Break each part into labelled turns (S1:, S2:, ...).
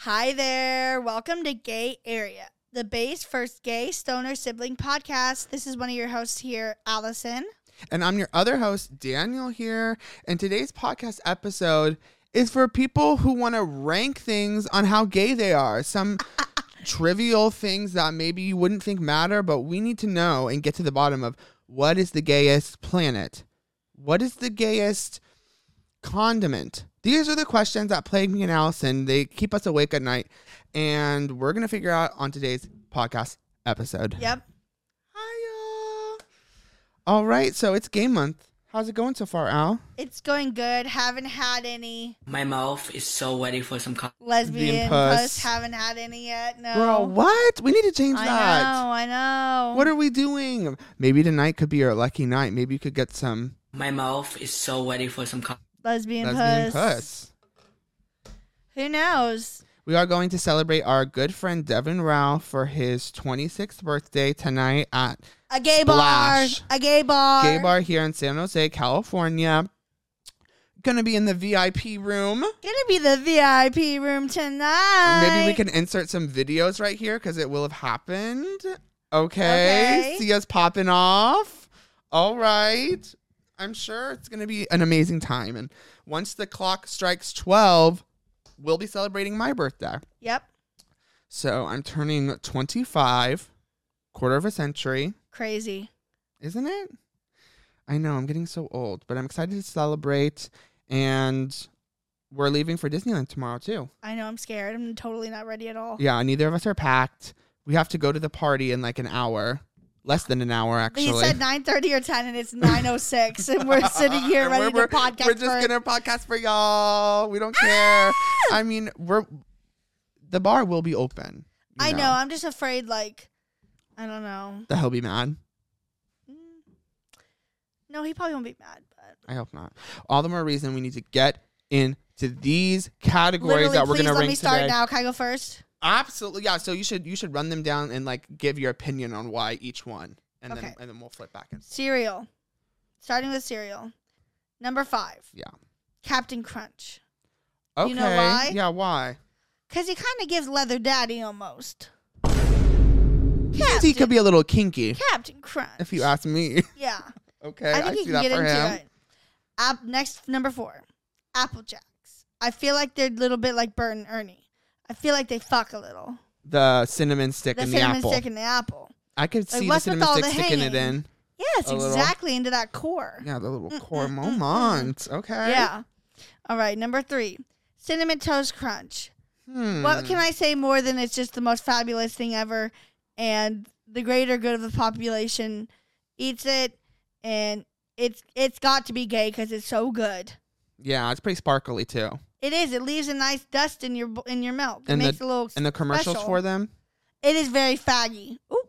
S1: Hi there. Welcome to Gay Area, the Bay's first gay stoner sibling podcast. This is one of your hosts here, Allison.
S2: And I'm your other host, Daniel, here. And today's podcast episode is for people who want to rank things on how gay they are. Some trivial things that maybe you wouldn't think matter, but we need to know and get to the bottom of what is the gayest planet? What is the gayest condiment? These are the questions that plague me and Allison. They keep us awake at night. And we're going to figure out on today's podcast episode.
S1: Yep.
S2: Hiya. All right, so it's game month. How's it going so far, Al?
S1: It's going good. Haven't had any
S3: My mouth is so ready for some coffee.
S1: lesbian
S2: Being
S1: puss.
S2: puss.
S1: Haven't had any yet. No.
S2: Girl, what? We need to change
S1: I
S2: that.
S1: know. I know.
S2: What are we doing? Maybe tonight could be your lucky night. Maybe you could get some
S3: My mouth is so ready for some coffee.
S1: lesbian,
S2: lesbian
S1: puss.
S2: puss.
S1: Who knows?
S2: We are going to celebrate our good friend Devin Rao for his 26th birthday tonight at
S1: A gay
S2: Splash.
S1: bar. A gay bar.
S2: Gay Bar here in San Jose, California. Gonna be in the VIP room.
S1: Gonna be the VIP room tonight.
S2: Maybe we can insert some videos right here because it will have happened. Okay.
S1: Okay.
S2: See us popping off. All right. I'm sure it's going to be an amazing time. And once the clock strikes 12, we'll be celebrating my birthday.
S1: Yep.
S2: So I'm turning 25, quarter of a century,
S1: Crazy.
S2: isn't it? I know I'm getting so old, but I'm excited to celebrate. And we're leaving for Disneyland tomorrow, too.
S1: I know. I'm scared. I'm totally not ready at all.
S2: Yeah, neither of us are packed. We have to go to the party in like an hour, less than an hour
S1: But
S2: actually.
S1: He said nine thirty or ten, and it's nine oh six, and we're sitting here
S2: And
S1: ready
S2: we're-
S1: to podcast.
S2: We're just
S1: for- Ah!
S2: gonna podcast for y'all. We don't care. I mean, we're the bar will be open. you
S1: I know. I'm just afraid. Like, I don't know.
S2: that he'll be mad.
S1: Mm. No, he probably won't be mad. But
S2: I hope not. All the more reason we need to get into these categories
S1: literally,
S2: that we're
S1: please
S2: gonna
S1: let
S2: rank
S1: me start
S2: today.
S1: now. Can I go first?
S2: Absolutely, yeah. So you should you should run them down and like give your opinion on why each one, and
S1: Okay.
S2: then and then we'll flip back and
S1: Cereal, starting with cereal, number five.
S2: Yeah.
S1: Captain Crunch,
S2: okay.
S1: You know why?
S2: Yeah, why?
S1: because he kind of gives leather daddy almost.
S2: He could be a little kinky.
S1: Captain Crunch.
S2: if you ask me.
S1: Yeah,
S2: Okay,
S1: I
S2: I,
S1: think
S2: see
S1: you can
S2: that
S1: get
S2: for
S1: into
S2: him.
S1: it. App next number four, Apple Jacks. I feel like they're a little bit like Bert and Ernie. I feel like they fuck a little.
S2: The cinnamon stick
S1: The
S2: and the
S1: cinnamon
S2: apple.
S1: stick and the apple.
S2: I could
S1: Like,
S2: see the
S1: what's with
S2: cinnamon
S1: all
S2: stick
S1: the
S2: sticking it
S1: hanging?
S2: in.
S1: Yes,
S2: A little.
S1: exactly into that core.
S2: Yeah, the little core moment. Okay.
S1: Yeah. All right, number three, cinnamon toast crunch.
S2: Hmm.
S1: What can I say more than it's just the most fabulous thing ever, and the greater good of the population eats it, and it's it's got to be gay because it's so good.
S2: yeah, it's pretty sparkly too.
S1: It is. It leaves a nice dust in your bo- in your milk. It
S2: And the-
S1: makes a little.
S2: And the commercials
S1: Special.
S2: for them.
S1: it is very faggy. Ooh.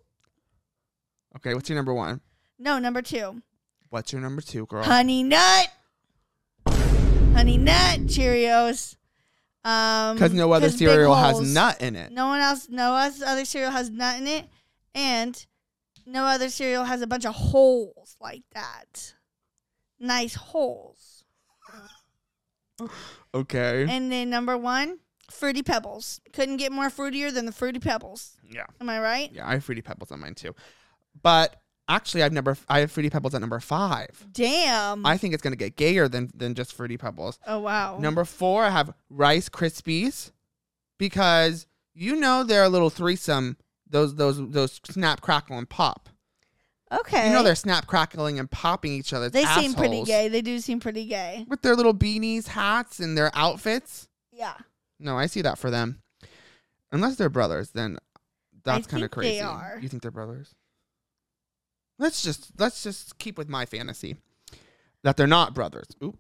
S2: Okay, what's your number one?
S1: No, number two,
S2: What's your number two, girl?
S1: honey nut, honey nut Cheerios. Um,
S2: Because no other
S1: 'cause big
S2: cereal has
S1: holes.
S2: nut in it.
S1: No one else. No us- other cereal has nut in it, and no other cereal has a bunch of holes like that. Nice holes.
S2: Okay.
S1: And then number one, fruity pebbles. Couldn't get more fruitier than the fruity pebbles.
S2: yeah.
S1: Am I right?
S2: Yeah, I have fruity pebbles on mine too. But actually I've never I have fruity pebbles at number five.
S1: Damn.
S2: I think it's gonna get gayer than than just fruity pebbles.
S1: oh wow.
S2: Number four, I have Rice Krispies because you know they're a little threesome. Those those those snap crackle and pop.
S1: okay.
S2: You know they're snap crackling and popping each other's.
S1: They seem pretty
S2: assholes
S1: gay. They do seem pretty gay.
S2: with their little beanies, hats, and their outfits.
S1: Yeah.
S2: No, I see that for them. Unless they're brothers, then that's kind of
S1: think they
S2: crazy.
S1: are.
S2: You think they're brothers? Let's just let's just keep with my fantasy that they're not brothers. Oop.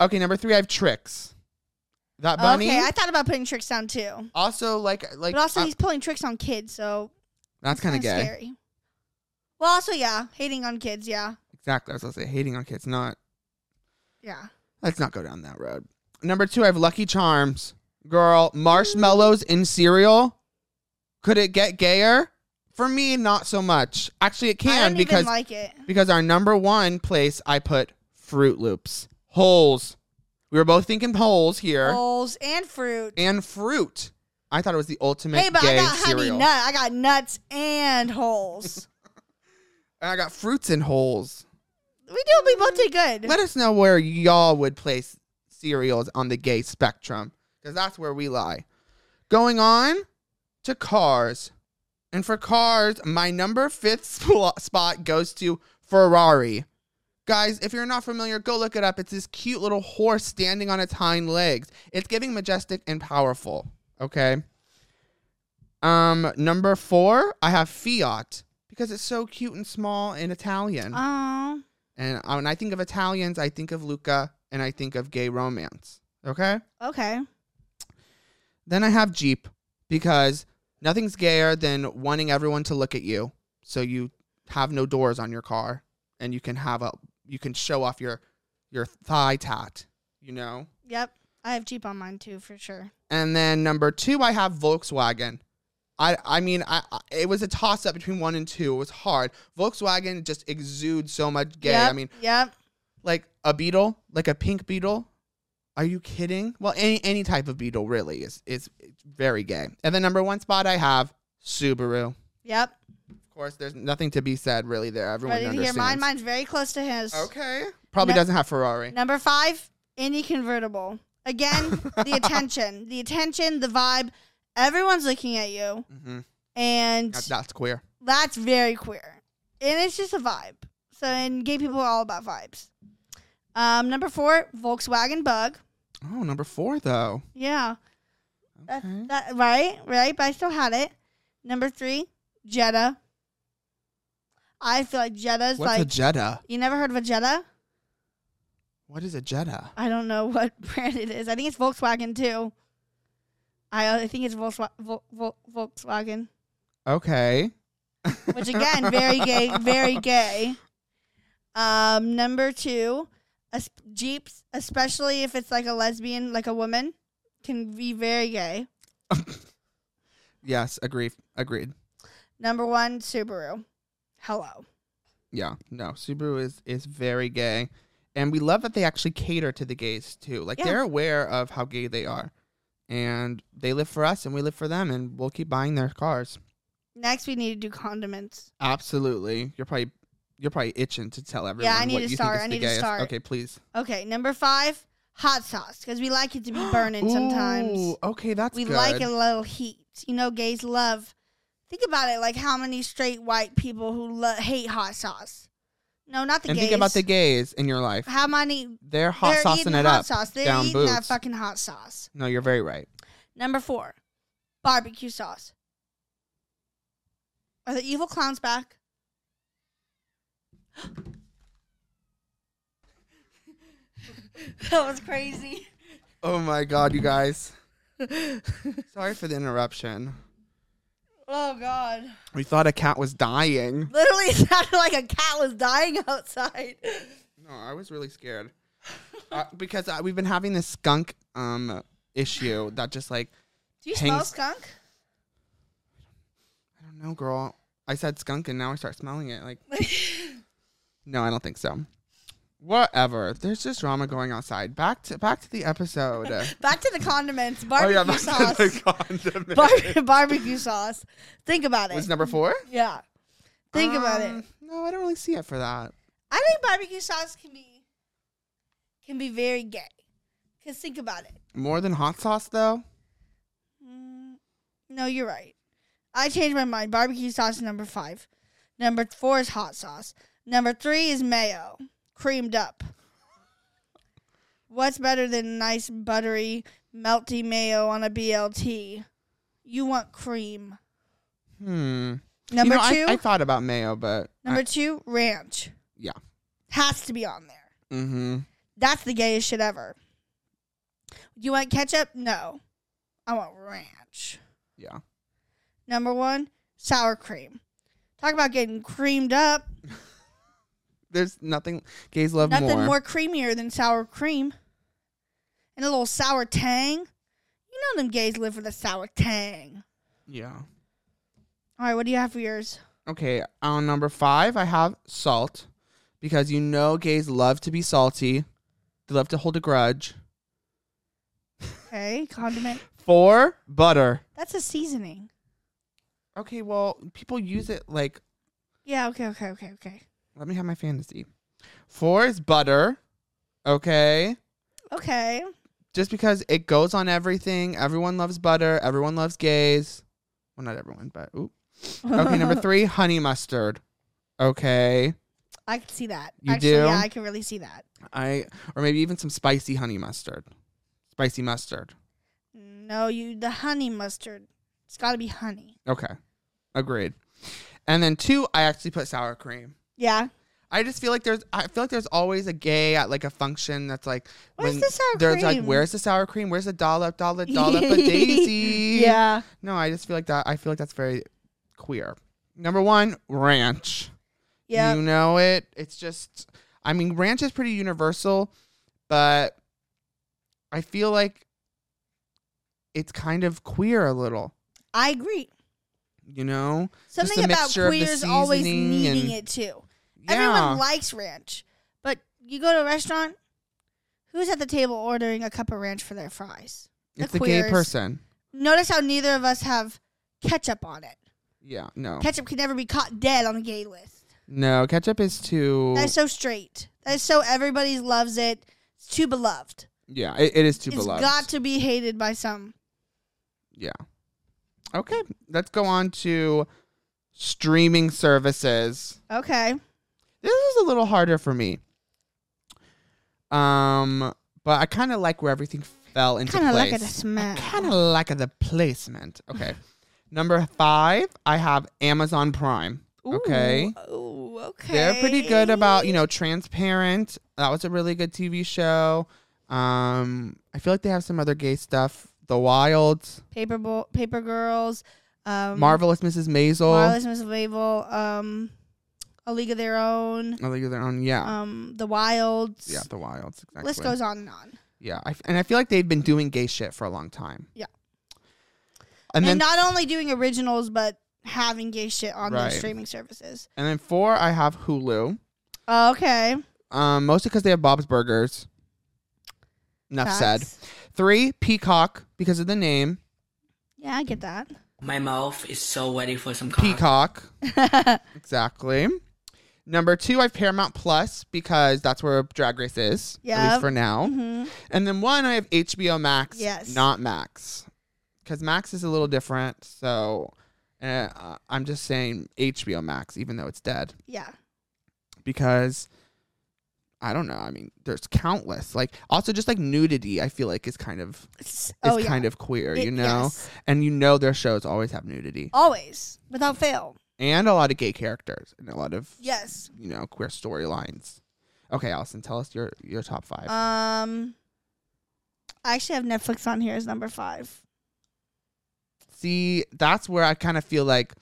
S2: Okay, number three, I have tricks. That bunny.
S1: Okay, I thought about putting tricks down too.
S2: Also, like, like
S1: But also
S2: uh,
S1: he's pulling tricks on kids, so
S2: that's kind of
S1: kinda
S2: gay.
S1: scary. Well, also yeah, hating on kids, yeah.
S2: Exactly. I was gonna say hating on kids. Not
S1: Yeah.
S2: let's not go down that road. Number two, I have Lucky Charms. Girl, marshmallows in cereal. Could it get gayer? For me, not so much. Actually, it
S1: I
S2: can
S1: don't
S2: because
S1: even like it.
S2: because our number one place I put Fruit Loops
S1: Oh.
S2: holes. We were both thinking holes here
S1: Bowls and fruit.
S2: and fruit. I thought it was the ultimate
S1: Hey, but
S2: gay
S1: I got honey
S2: cereal.
S1: nut. I got nuts and holes.
S2: And I got fruits and holes.
S1: we do. We both did good.
S2: Let us know where y'all would place cereals on the gay spectrum, because that's where we lie. Going on to cars. And for cars, my number fifth sp- spot goes to Ferrari. Guys, if you're not familiar, go look it up. It's this cute little horse standing on its hind legs. It's giving majestic and powerful. Okay. Um, number four, I have Fiat because it's so cute and small and Italian.
S1: Oh,
S2: And I- when I think of Italians, I think of Luca and I think of gay romance. Okay?
S1: okay.
S2: Then I have Jeep because nothing's gayer than wanting everyone to look at you. So you have no doors on your car and you can have a you can show off your your thigh tat, you know?
S1: Yep. I have Jeep on mine too, for sure.
S2: And then number 2 I have Volkswagen. I I mean I, I it was a toss up between 1 and 2. It was hard. Volkswagen just exudes so much gay.
S1: Yep,
S2: I mean
S1: yep.
S2: like a beetle, like a pink beetle. Are you kidding? Well, any any type of beetle really is is it's very gay. And the number one spot I have Subaru.
S1: Yep.
S2: Of course, there's nothing to be said really there. Everyone
S1: Ready to hear
S2: understands.
S1: mine? Mine's very close to his.
S2: Okay, probably
S1: No-
S2: doesn't have Ferrari.
S1: Number five, any convertible. Again, the attention, the attention, the vibe. Everyone's looking at you,
S2: Mhm.
S1: and
S2: That- that's queer.
S1: that's very queer, and it's just a vibe. So, and gay people are all about vibes. Um, number four, Volkswagen Bug.
S2: Oh, number four though.
S1: Yeah, That-
S2: Okay.
S1: that, right, right. But I still had it. Number three, Jetta. I feel like Jetta's
S2: What's a
S1: like
S2: Jetta?
S1: you never heard of a Jetta.
S2: What is a Jetta?
S1: I don't know what brand it is. I think it's Volkswagen too. I I think it's Volkswa- Vol- Vol- Volkswagen,
S2: Okay.
S1: which again, very gay, very gay. Um, number two, es- Jeeps, especially if it's like a lesbian, like a woman, can be very gay.
S2: Yes, agree. Agreed.
S1: Number one, Subaru. Hello.
S2: Yeah, no, Subaru is is very gay, and we love that they actually cater to the gays too. Like
S1: Yeah.
S2: they're aware of how gay they are, and they live for us, and we live for them, and we'll keep buying their cars.
S1: Next, we need to do condiments.
S2: Absolutely, you're probably you're probably itching to tell everyone.
S1: Yeah, I need
S2: what
S1: to
S2: you
S1: start.
S2: Think
S1: I
S2: is the
S1: need to
S2: gayest.
S1: start.
S2: Okay, please.
S1: Okay, number five, hot sauce, because we like it to be burning sometimes.
S2: Ooh, okay, that's
S1: we
S2: good.
S1: like a little heat. You know, gays love. Think about it, like how many straight white people who lo- hate hot sauce. No, not the
S2: and
S1: gays.
S2: think about the gays in your life.
S1: how many
S2: They're hot
S1: they're
S2: saucing
S1: eating
S2: it
S1: hot
S2: up.
S1: sauce. They're
S2: down
S1: eating that
S2: boots.
S1: fucking hot sauce.
S2: No, you're very right.
S1: Number four, barbecue sauce. Are the evil clowns back? that was crazy.
S2: Oh my god, you guys. Sorry for the interruption.
S1: Oh god.
S2: We thought a cat was dying.
S1: Literally it sounded like a cat was dying outside.
S2: No, I was really scared uh, because uh, we've been having this skunk um issue that just like
S1: Do you smell
S2: Hangs-
S1: skunk?
S2: I don't know, girl. I said skunk and now I start smelling it. Like, no, I don't think so. Whatever. There's just drama going outside. Back to back to the episode. Oh,
S1: Back to the condiments. Barbecue
S2: back
S1: sauce.
S2: to the condiment.
S1: Bar- barbecue sauce. Think about it.
S2: Was number four?
S1: yeah. Think about
S2: Um,
S1: it.
S2: No, I don't really see it for that.
S1: I think barbecue sauce can be can be very gay. Cause think about it.
S2: More than hot sauce, though.
S1: Mm, no, you're right. I changed my mind. Barbecue sauce is number five. Number four is hot sauce. Number three is mayo, creamed up. What's better than nice, buttery, melty mayo on a BLT? You want cream.
S2: Hmm.
S1: Number
S2: you know,
S1: two,
S2: I, I thought about mayo, but
S1: number two, ranch.
S2: Yeah.
S1: Has to be on there.
S2: mm-hmm.
S1: That's the gayest shit ever. You want ketchup? No. I want ranch.
S2: Yeah.
S1: Number one, sour cream. Talk about getting creamed up.
S2: There's nothing gays love
S1: Nothing more.
S2: more.
S1: creamier than sour cream. And a little sour tang. You know them gays live for the sour tang.
S2: Yeah.
S1: All right, what do you have for yours?
S2: Okay, on number five, I have salt because you know gays love to be salty. They love to hold a grudge.
S1: Okay, condiment.
S2: Four, butter.
S1: That's a seasoning.
S2: Okay, well, people use it like,
S1: Yeah. Okay. Okay. Okay. Okay.
S2: let me have my fantasy. Four is butter. Okay.
S1: Okay.
S2: Just because it goes on everything. Everyone loves butter. Everyone loves gays. Well, not everyone, but oop. Okay, number three, honey mustard. Okay.
S1: I can see that.
S2: You
S1: Actually,
S2: do?
S1: Yeah, I can really see that.
S2: I or maybe even some spicy honey mustard. Spicy mustard.
S1: No, you the honey mustard. It's got to be honey.
S2: Okay. Agreed. And then two, I actually put sour cream.
S1: Yeah.
S2: I just feel like there's I feel like there's always a gay at like a function that's like
S1: Where's
S2: when
S1: the sour
S2: there's like
S1: cream?
S2: where's the sour cream? Where's the dollop, dollop, dollop a daisy?
S1: Yeah.
S2: No, I just feel like that I feel like that's very queer. Number one, ranch.
S1: Yeah.
S2: You know it. It's just I mean, ranch is pretty universal, but I feel like it's kind of queer a little,
S1: I agree.
S2: you know? Just
S1: Something
S2: the
S1: about
S2: mixture of the
S1: queers always
S2: seasoning
S1: needing
S2: and-
S1: it too.
S2: Yeah.
S1: Everyone likes ranch, but you go to a restaurant, who's at the table ordering a cup of ranch for their fries? the
S2: it's a gay
S1: queers.
S2: person.
S1: Notice how neither of us have ketchup on it.
S2: Yeah, no.
S1: Ketchup can never be caught dead on the gay list.
S2: no, ketchup is too
S1: That is so straight. That is so everybody loves it. It's too beloved.
S2: Yeah, it, it is too
S1: It's
S2: beloved.
S1: got to be hated by some.
S2: Yeah. Okay, let's go on to streaming services.
S1: Okay.
S2: This is a little harder for me. Um, but I kind of like where everything fell into
S1: Kind of like
S2: place.
S1: it a smell.
S2: kind of like the placement. Okay. Number five, I have Amazon Prime. Okay.
S1: Ooh, Oh, okay.
S2: They're pretty good about, you know, Transparent. That was a really good TV show. Um, I feel like they have some other gay stuff. The Wilds,
S1: paper bo- paper girls, um,
S2: Marvelous Mrs. Maisel.
S1: Marvelous Miss Maisel, um, A League of Their Own,
S2: I think Oh, their own. Yeah.
S1: um, The Wilds.
S2: yeah, The Wilds. Exactly.
S1: List goes on and on.
S2: Yeah, I f and I feel like they've been doing gay shit for a long time.
S1: Yeah. And,
S2: And,
S1: uh,
S2: then
S1: not only doing originals, but having gay shit on
S2: Right.
S1: those streaming services.
S2: and then four, I have Hulu.
S1: Okay.
S2: Um, mostly because they have Bob's Burgers. Enough said.
S1: Facts.
S2: Three, Peacock because of the name
S1: Yeah, I get that.
S3: My mouth is so ready for some cock.
S2: Peacock. Exactly. Number two, I have Paramount Plus because that's where Drag Race is, at
S1: Yeah.
S2: least for now.
S1: hmm
S2: And then one, I have HBO Max.
S1: Yes.
S2: Not Max. Because Max is a little different. So uh, I'm just saying HBO Max, even though it's dead.
S1: Yeah.
S2: Because I don't know. I mean, there's countless. Like, also just like nudity, I feel like is kind of is
S1: It's, oh, yeah.
S2: kind of queer,
S1: It-
S2: you know?
S1: yes.
S2: And you know their shows always have nudity.
S1: Always. Without fail.
S2: And a lot of gay characters and a lot of,
S1: Yes.
S2: you know, queer storylines. Okay, Allison, tell us your, your top five.
S1: Um, I actually have Netflix on here as number five.
S2: See, that's where I kind of feel like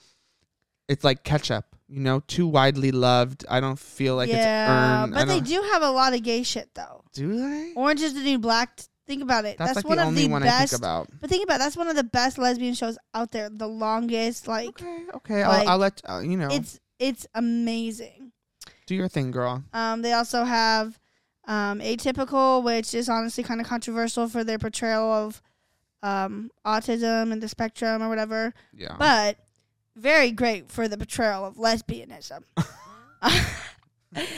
S2: it's like ketchup, you know, too widely loved. I don't feel like
S1: yeah,
S2: it's earned. I
S1: but they
S2: don't-
S1: do have a lot of gay shit though.
S2: Do they?
S1: Orange is the New Black. Think about it.
S2: That's,
S1: That's,
S2: like
S1: one
S2: the
S1: of
S2: only
S1: the
S2: one I
S1: best.
S2: think about.
S1: But think about it, that's one of the best lesbian shows out there. The longest, like
S2: Okay, okay.
S1: like,
S2: I'll, I'll let uh, you know.
S1: it's it's amazing.
S2: do your thing, girl.
S1: Um, they also have um, Atypical, which is honestly kind of controversial for their portrayal of um, autism and the spectrum or whatever.
S2: Yeah.
S1: but very great for the portrayal of lesbianism.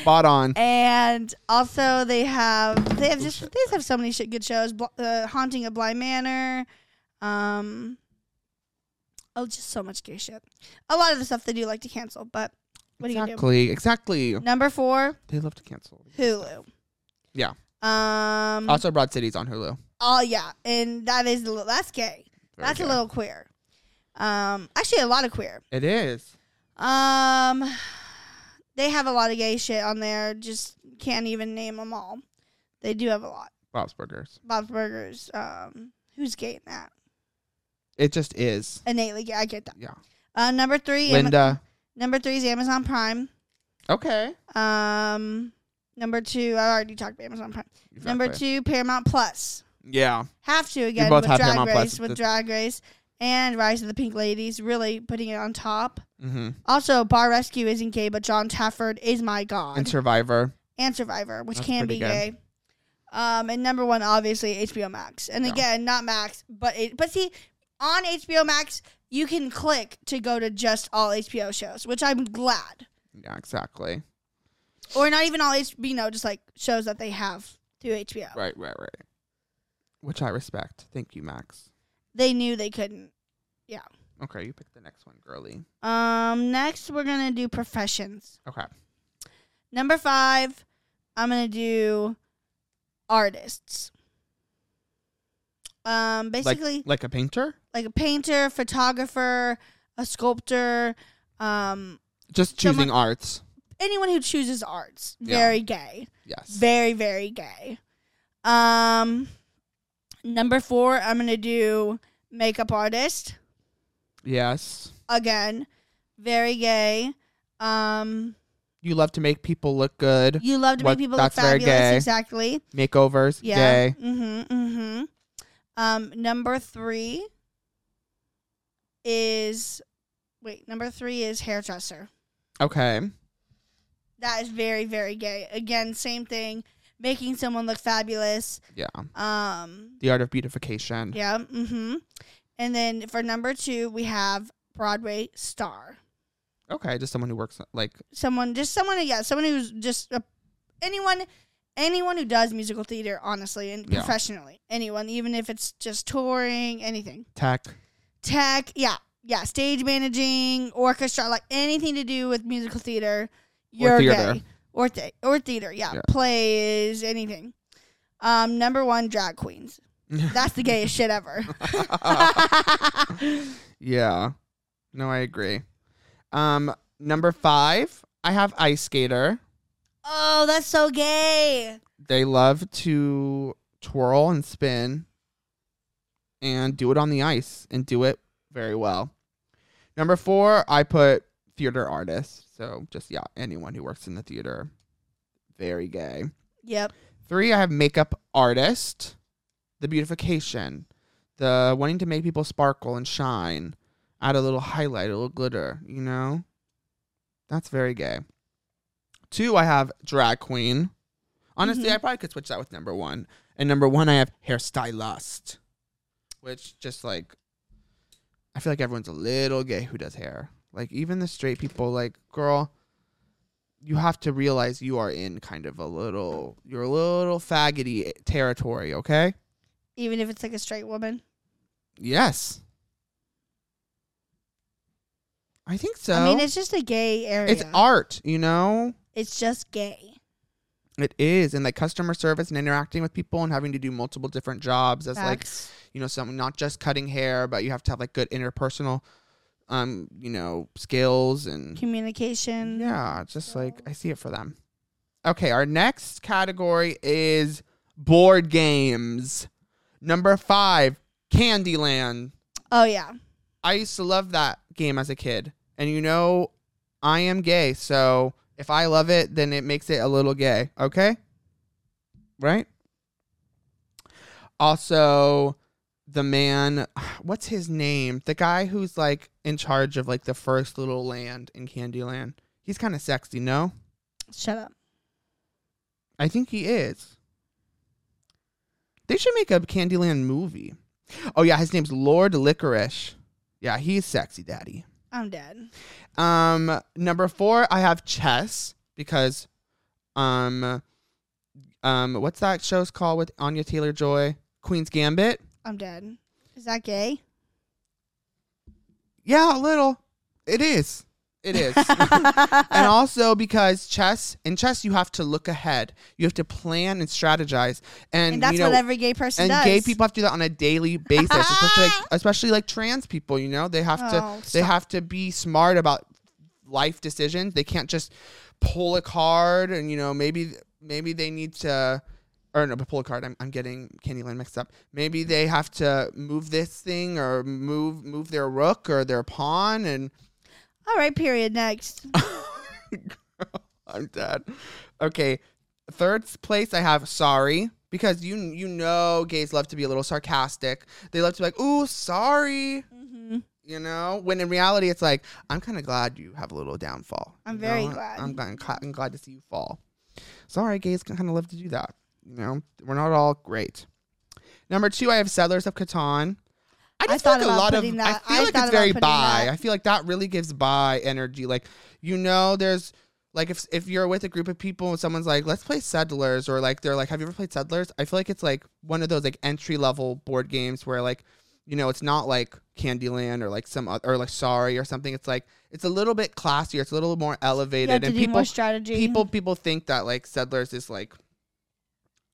S2: Spot on.
S1: and also they have they have just they just have so many shit good shows. Bl- uh, Haunting of Bly Manor, um, oh, just so much gay shit. A lot of the stuff they do like to cancel, but what do Mm-hmm. you do?
S2: exactly. Exactly.
S1: Number four,
S2: They love to cancel.
S1: Hulu.
S2: Yeah.
S1: Um.
S2: Also, Broad City's on Hulu.
S1: Oh yeah, and that is a little, that's gay.
S2: Very
S1: that's
S2: gay.
S1: a little queer. Um. Actually, a lot of queer.
S2: It is.
S1: Um, they have a lot of gay shit on there. Just can't even name them all. They do have a lot.
S2: Bob's Burgers.
S1: Bob's Burgers. Um, who's gay in that?
S2: It just is.
S1: Innately gay. I get that.
S2: Yeah.
S1: Uh, number three. Ama-
S2: Linda.
S1: number three is Amazon Prime.
S2: Okay.
S1: Um, number two. I already talked about Amazon Prime. Number
S2: Exactly.
S1: two, Paramount Plus.
S2: Yeah.
S1: Have to again
S2: both
S1: with
S2: have
S1: Drag
S2: Paramount Plus.
S1: Race with
S2: The-
S1: Drag Race and Rise of the Pink Ladies. Really putting it on top.
S2: Mm-hmm.
S1: Also, Bar Rescue isn't gay, but John Tafford is my god.
S2: And Survivor.
S1: and Survivor, which
S2: That's
S1: can be
S2: pretty
S1: gay. Um, and number one, obviously HBO Max. And
S2: Yeah.
S1: again, not Max, but it, but see, on HBO Max, you can click to go to just all HBO shows, which I'm glad.
S2: Yeah, exactly.
S1: Or not even all HBO, you know, just like shows that they have through HBO.
S2: Right, right, right. Which I respect. Thank you, Max.
S1: They knew they couldn't.
S2: Okay, you pick the next one, girly.
S1: Um, next we're gonna do professions.
S2: Okay.
S1: Number five, I'm gonna do artists. Um, basically,
S2: Like, like a painter?
S1: like a painter, photographer, a sculptor, um,
S2: Just choosing
S1: Someone-
S2: arts.
S1: anyone who chooses arts.
S2: Yeah.
S1: Very gay.
S2: Yes.
S1: Very, very gay. Um, number four, I'm gonna do makeup artist
S2: yes.
S1: again. Very gay. Um,
S2: You love to make people look good.
S1: you love to
S2: What-
S1: make people
S2: that's
S1: look
S2: very
S1: fabulous.
S2: gay.
S1: Exactly.
S2: Makeovers.
S1: Yeah.
S2: Gay.
S1: Mm-hmm. Mm-hmm. Um, number three is wait. Number three is hairdresser.
S2: Okay.
S1: That is very, very gay. Again, same thing. Making someone look fabulous.
S2: Yeah.
S1: Um
S2: The art of beautification.
S1: Yeah. Mm-hmm. And then for number two, we have Broadway star.
S2: Okay, just someone who works like
S1: Someone just someone yeah, someone who's just a, anyone anyone who does musical theater, honestly, and
S2: Yeah.
S1: professionally. Anyone, even if it's just touring, anything.
S2: tech.
S1: Tech, yeah. Yeah. Stage managing, orchestra, like anything to do with musical theater. You're
S2: theater.
S1: gay. or th- or theater. Yeah,
S2: Yeah.
S1: plays anything. Um, number one, drag queens. That's the gayest shit ever. Oh,
S2: yeah. No, I agree. Um, number five, I have ice skater.
S1: oh, that's so gay.
S2: They love to twirl and spin and do it on the ice and do it very well. Number four, I put theater artist. So just yeah, anyone who works in the theater. Very gay.
S1: Yep.
S2: Three, I have makeup artist, the beautification, the wanting to make people sparkle and shine, add a little highlight, a little glitter, you know? That's very gay. Two, I have drag queen. Honestly, I probably could switch that with number one. And number one, I have hairstylist, which just like, I feel like everyone's a little gay who does hair. Like, even the straight people, like, girl, you have to realize you are in kind of a little you're a little faggoty territory, okay?
S1: Even if it's like a straight woman.
S2: Yes. I think so.
S1: I mean, it's just a gay area.
S2: it's
S1: It's,
S2: art, you know?
S1: just gay.
S2: It is. And like customer service and interacting with people and having to do multiple different jobs as like,
S1: Facts.
S2: you know, something not just cutting hair, but you have to have like good interpersonal um, you know, skills and
S1: communication.
S2: Yeah, it's just like I see it for them. Okay, our next category is board games. Number five, Candyland.
S1: Oh yeah.
S2: I used to love that game as a kid. And you know, I am gay, so if I love it, then it makes it a little gay, okay? Right? Also, the man, what's his name? The guy who's like in charge of like the first little land in Candyland. He's kind of sexy, no?
S1: Shut up.
S2: I think he is. They should make a Candyland movie. Oh yeah, his name's Lord Licorice. Yeah, he's sexy daddy.
S1: I'm dead.
S2: Um, number four, I have chess because, um, um, what's that show's called with Anya Taylor Joy? Queen's Gambit.
S1: I'm dead. Is that gay?
S2: Yeah, a little. It is. It is. and also because chess in chess you have to look ahead. You have to plan and strategize. And,
S1: And that's
S2: you know,
S1: what every gay person
S2: and
S1: does.
S2: gay people have to do that on a daily basis, especially like, especially like trans people. You know, they have
S1: Oh,
S2: to they
S1: stop.
S2: have to be smart about life decisions. They can't just pull a card, and you know, maybe maybe they need to. Or no, but pull a card. I'm, I'm getting Candyland mixed up. Maybe they have to move this thing, or move move their rook or their pawn, and
S1: All right. Period. Next.
S2: I'm dead. Okay, third place I have sorry because you you know gays love to be a little sarcastic. They love to be like, "Ooh, sorry,"
S1: Mhm.
S2: you know. When in reality, it's like, "I'm kind of glad you have a little downfall."
S1: I'm
S2: you
S1: very
S2: know?
S1: glad.
S2: I'm glad. I'm glad to see you fall. Sorry, gays kind of love to do that. You know, we're not all great. Number two, I have Settlers of Catan. I just
S1: thought
S2: feel
S1: about
S2: like a lot of.
S1: putting
S2: I
S1: that-
S2: feel
S1: I
S2: like
S1: thought
S2: it's
S1: about
S2: very
S1: putting
S2: bi.
S1: that.
S2: I feel like that really gives bi energy. Like you know, there's like if if you're with a group of people and someone's like, let's play Settlers, or like they're like, have you ever played Settlers? I feel like it's like one of those like entry level board games where like you know it's not like Candyland or like some oth- or like Sorry or something. It's like it's a little bit classier. It's a little more
S1: You
S2: elevated,
S1: have to
S2: and
S1: do
S2: people
S1: more strategy.
S2: people people think that like settlers is like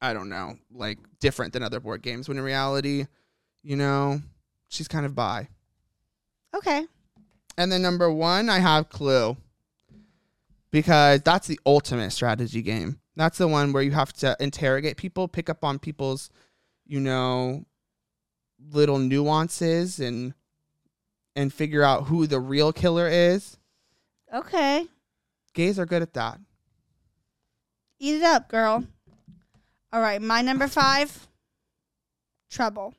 S2: i don't know like different than other board games when in reality you know she's kind of bi
S1: Okay.
S2: and then number one i have clue because that's the ultimate strategy game that's the one where you have to interrogate people pick up on people's you know little nuances and and figure out who the real killer is
S1: Okay.
S2: gays are good at that
S1: Eat it up, girl. All right, my number five. Trouble.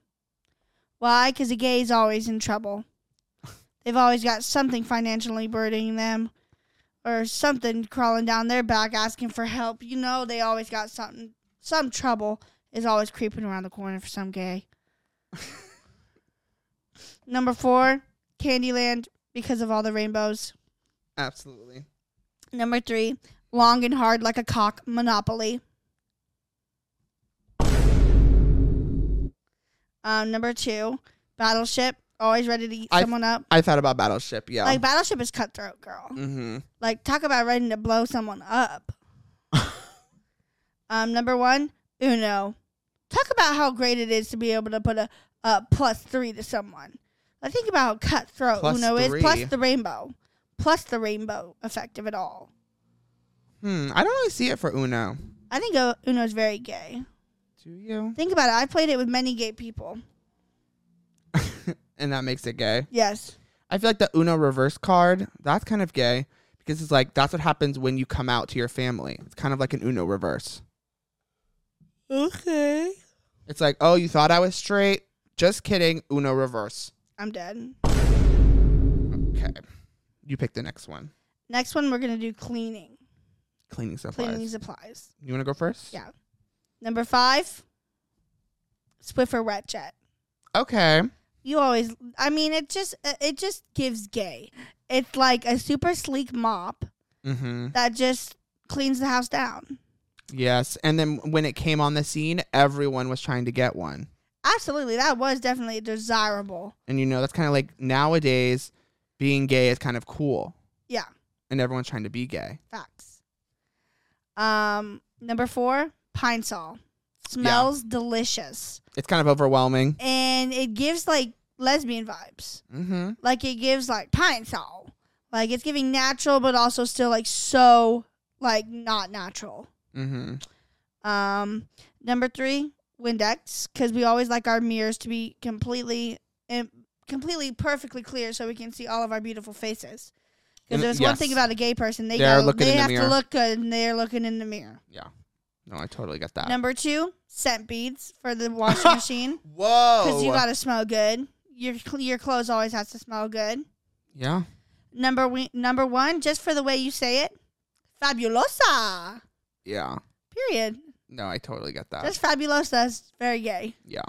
S1: Why? Because a gay is always in trouble. They've always got something financially burdening them, or something crawling down their back asking for help. You know, they always got something. Some trouble is always creeping around the corner for some gay. number four, Candyland, because of all the rainbows.
S2: absolutely
S1: Number three, long and hard like a cock monopoly. Um, number two, battleship, always ready to eat
S2: I-
S1: someone up.
S2: i thought about battleship yeah
S1: Like battleship is cutthroat, girl.
S2: mm-hmm
S1: Like talk about ready to blow someone up. um, number one, Uno. Talk about how great it is to be able to put a, a plus three to someone. Like think about how cutthroat
S2: Plus
S1: Uno
S2: three.
S1: is, plus the rainbow, plus the rainbow effect of it all.
S2: Hmm, I don't really see it for Uno.
S1: I think uh, Uno's very gay.
S2: Do you?
S1: Think about it. I've played it with many gay people.
S2: And that makes it gay.
S1: Yes.
S2: I feel like the Uno reverse card, that's kind of gay because it's like that's what happens when you come out to your family. It's kind of like an Uno reverse.
S1: Okay.
S2: It's like, oh, you thought I was straight? Just kidding. Uno reverse.
S1: I'm dead.
S2: Okay. You pick the next one.
S1: Next one, we're going to do cleaning.
S2: Cleaning supplies.
S1: Cleaning supplies.
S2: You want to go first?
S1: Yeah. Number five, Swiffer Wet Jet.
S2: Okay.
S1: You always, I mean, it just, uh, it just gives gay. It's like a super sleek mop
S2: Mm-hmm.
S1: that just cleans the house down.
S2: Yes. And then when it came on the scene, everyone was trying to get one.
S1: Absolutely. That was definitely desirable.
S2: And you know, that's kind of like nowadays being gay is kind of cool.
S1: Yeah.
S2: And everyone's trying to be gay.
S1: Facts. Um, number four, pine sol. Smells delicious.
S2: It's kind of overwhelming.
S1: And it gives like lesbian vibes.
S2: Mm-hmm.
S1: Like it gives like pine sol. Like it's giving natural but also still like so like not natural.
S2: Mm-hmm.
S1: Um, number three, Windex, because we always like our mirrors to be completely and completely perfectly clear so we can see all of our beautiful faces. Because
S2: And-
S1: there's one thing
S2: yes.
S1: about a gay person, they
S2: They're
S1: gotta,
S2: looking
S1: they
S2: in the
S1: have
S2: mirror.
S1: to look good and they're looking in the mirror.
S2: Yeah. No, I totally get that.
S1: Number two, scent beads for the washing machine
S2: Whoa.
S1: because you gotta smell good. Your cl- your clothes always has to smell good.
S2: yeah.
S1: Number we- number one, just for the way you say it, fabulosa.
S2: Yeah.
S1: Period.
S2: No, I totally get that.
S1: Just fabulosa is very gay.
S2: yeah.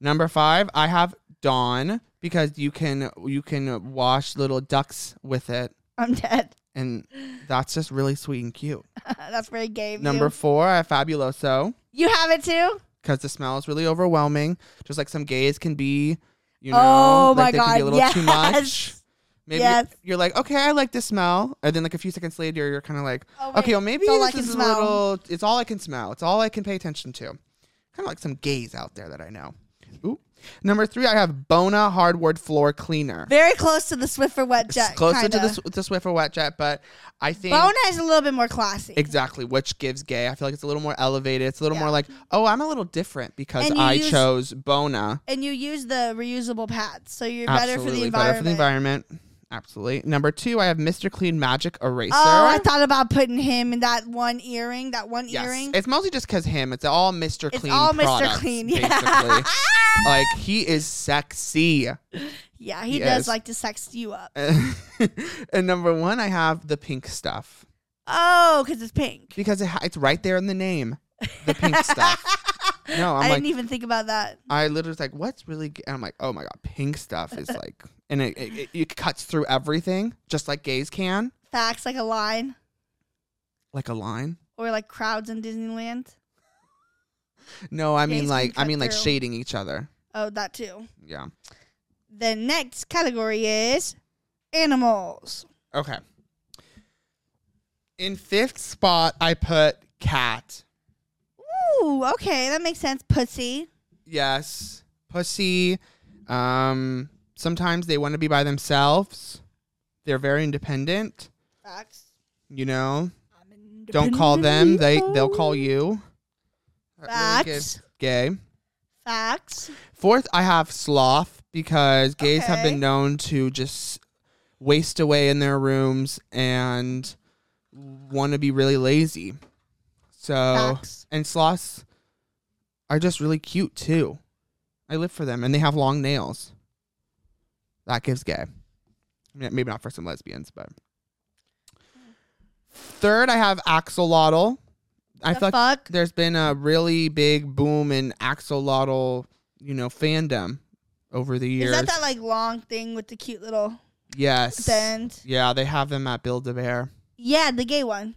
S2: Number five, I have Dawn because you can you can wash little ducks with it,
S1: I'm dead.
S2: and that's just really sweet and cute.
S1: That's very gay. of you.
S2: Number four, I have Fabuloso
S1: you have it too.
S2: because the smell is really overwhelming. Just like some gays can be, you know,
S1: Oh
S2: like
S1: my
S2: they can be a
S1: God,
S2: little too much.
S1: yes.
S2: Maybe
S1: Yes.
S2: you're like, okay, I like this smell, and then like a few seconds later, you're kind of like,
S1: Oh, wait,
S2: okay, well maybe
S1: it's all I
S2: this
S1: can
S2: is a
S1: smell.
S2: little. It's all I can smell. It's all I can pay attention to. Kind of like some gays out there that I know. Ooh. Number three, I have Bona hardwood floor cleaner.
S1: Very close to the Swiffer wet
S2: It's
S1: jet.
S2: closer
S1: kinda.
S2: to the, Sw- the Swiffer wet jet, but I think
S1: Bona is a little bit more classy.
S2: exactly which gives gay. I feel like it's a little more elevated. It's a little
S1: Yeah.
S2: more like, oh, I'm a little different because
S1: And you
S2: I
S1: use-
S2: chose Bona.
S1: and you use the reusable pads, so you're better for the
S2: Absolutely better for the
S1: environment.
S2: environment. Absolutely. Number two, I have Mr. Clean Magic Eraser.
S1: Oh, I thought about putting him in that one earring, that one
S2: Yes.
S1: earring.
S2: It's mostly just because him. It's all Mr.
S1: It's
S2: Clean.
S1: all Mr.
S2: products,
S1: Clean, yeah.
S2: Basically. like he is sexy.
S1: yeah, he
S2: Yes.
S1: does like to sex you up.
S2: and number one, I have the pink stuff
S1: Oh, because it's pink.
S2: because it, ha- it's right there in the name. the pink stuff. No, I'm
S1: I
S2: like,
S1: didn't even think about that.
S2: I literally was like, what's really? G-? And I'm like, oh my god, pink stuff is like, and it, it, it, it cuts through everything, just like gays can,
S1: Facts like a line
S2: like a line.
S1: or like crowds in Disneyland.
S2: No, I
S1: Gays
S2: mean
S1: can
S2: like, I
S1: cut
S2: mean like
S1: through.
S2: shading each other.
S1: Oh, that too.
S2: Yeah.
S1: The next category is animals.
S2: Okay. In fifth spot, I put cat.
S1: Ooh, okay, that makes sense. Pussy.
S2: Yes, pussy. Um, sometimes they want to be by themselves. They're very independent.
S1: Facts.
S2: You know, don't call them. They they'll call you. That really
S1: Facts.
S2: gives gay.
S1: Facts.
S2: Fourth, I have sloth because gays have
S1: Okay.
S2: been known to just waste away in their rooms and want to be really lazy. So,
S1: Facts.
S2: and sloths are just really cute too. I live for them and they have long nails. That gives gay. I mean, maybe not for some lesbians, but.
S1: Mm.
S2: Third, I have axolotl. I
S1: The
S2: feel like
S1: fuck?
S2: there's been a really big boom in axolotl, you know, fandom over the years.
S1: Is that that like long thing with the cute little
S2: yes.
S1: bend?
S2: Yeah, they have them at Build a Bear.
S1: Yeah, the gay one.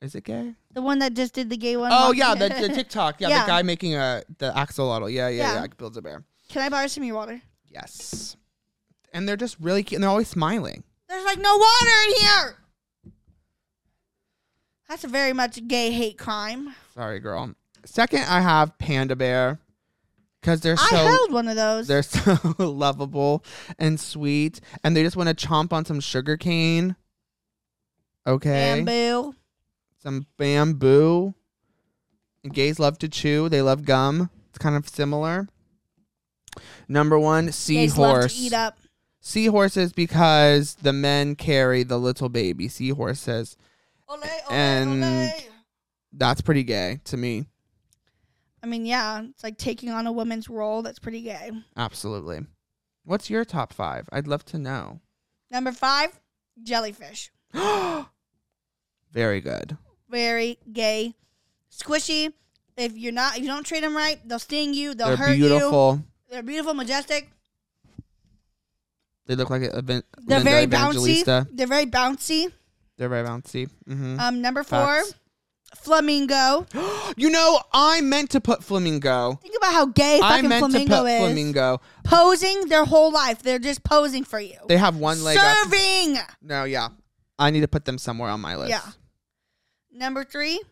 S2: Is it gay?
S1: The one that just did the gay one.
S2: Oh
S1: walking-
S2: yeah, the, the TikTok. Yeah,
S1: Yeah.
S2: the guy making a the axolotl. Yeah, yeah,
S1: Yeah.
S2: yeah. Build a bear.
S1: Can I borrow some of your water?
S2: Yes. And they're just really cute, and they're always smiling.
S1: There's like no water in here. That's a very much gay hate crime.
S2: Sorry, girl. Second, I have panda bear because they're so
S1: I held one of those.
S2: they're so lovable and sweet, and they just want to chomp on some sugar cane. Okay,
S1: Bamboo.
S2: some bamboo. And gays love to chew. They love gum. It's kind of similar. Number one,
S1: Gays love to
S2: seahorse.
S1: eat up.
S2: seahorses because the men carry the little baby seahorses.
S1: Ole, ole,
S2: And-
S1: ole.
S2: That's pretty gay to me.
S1: I mean, yeah, it's like taking on a woman's role. That's pretty gay.
S2: Absolutely. What's your top five? I'd love to know.
S1: Number five, jellyfish.
S2: Very good.
S1: Very gay, squishy. If you're not, if you don't treat them right, they'll sting you. They'll
S2: They're
S1: hurt you.
S2: beautiful.
S1: They're beautiful, majestic.
S2: They look like a event.
S1: They're
S2: Linda
S1: very
S2: Evangelista.
S1: bouncy. They're very bouncy.
S2: They're very bouncy. hmm
S1: Um, number four,
S2: Facts.
S1: flamingo.
S2: you know, I meant to put flamingo.
S1: Think about how gay
S2: I
S1: fucking
S2: meant
S1: flamingo
S2: to put
S1: is.
S2: flamingo.
S1: Posing their whole life, they're just posing for you.
S2: They have one leg up.
S1: Serving.
S2: No, yeah. I need to put them somewhere on my list.
S1: Yeah. Number three,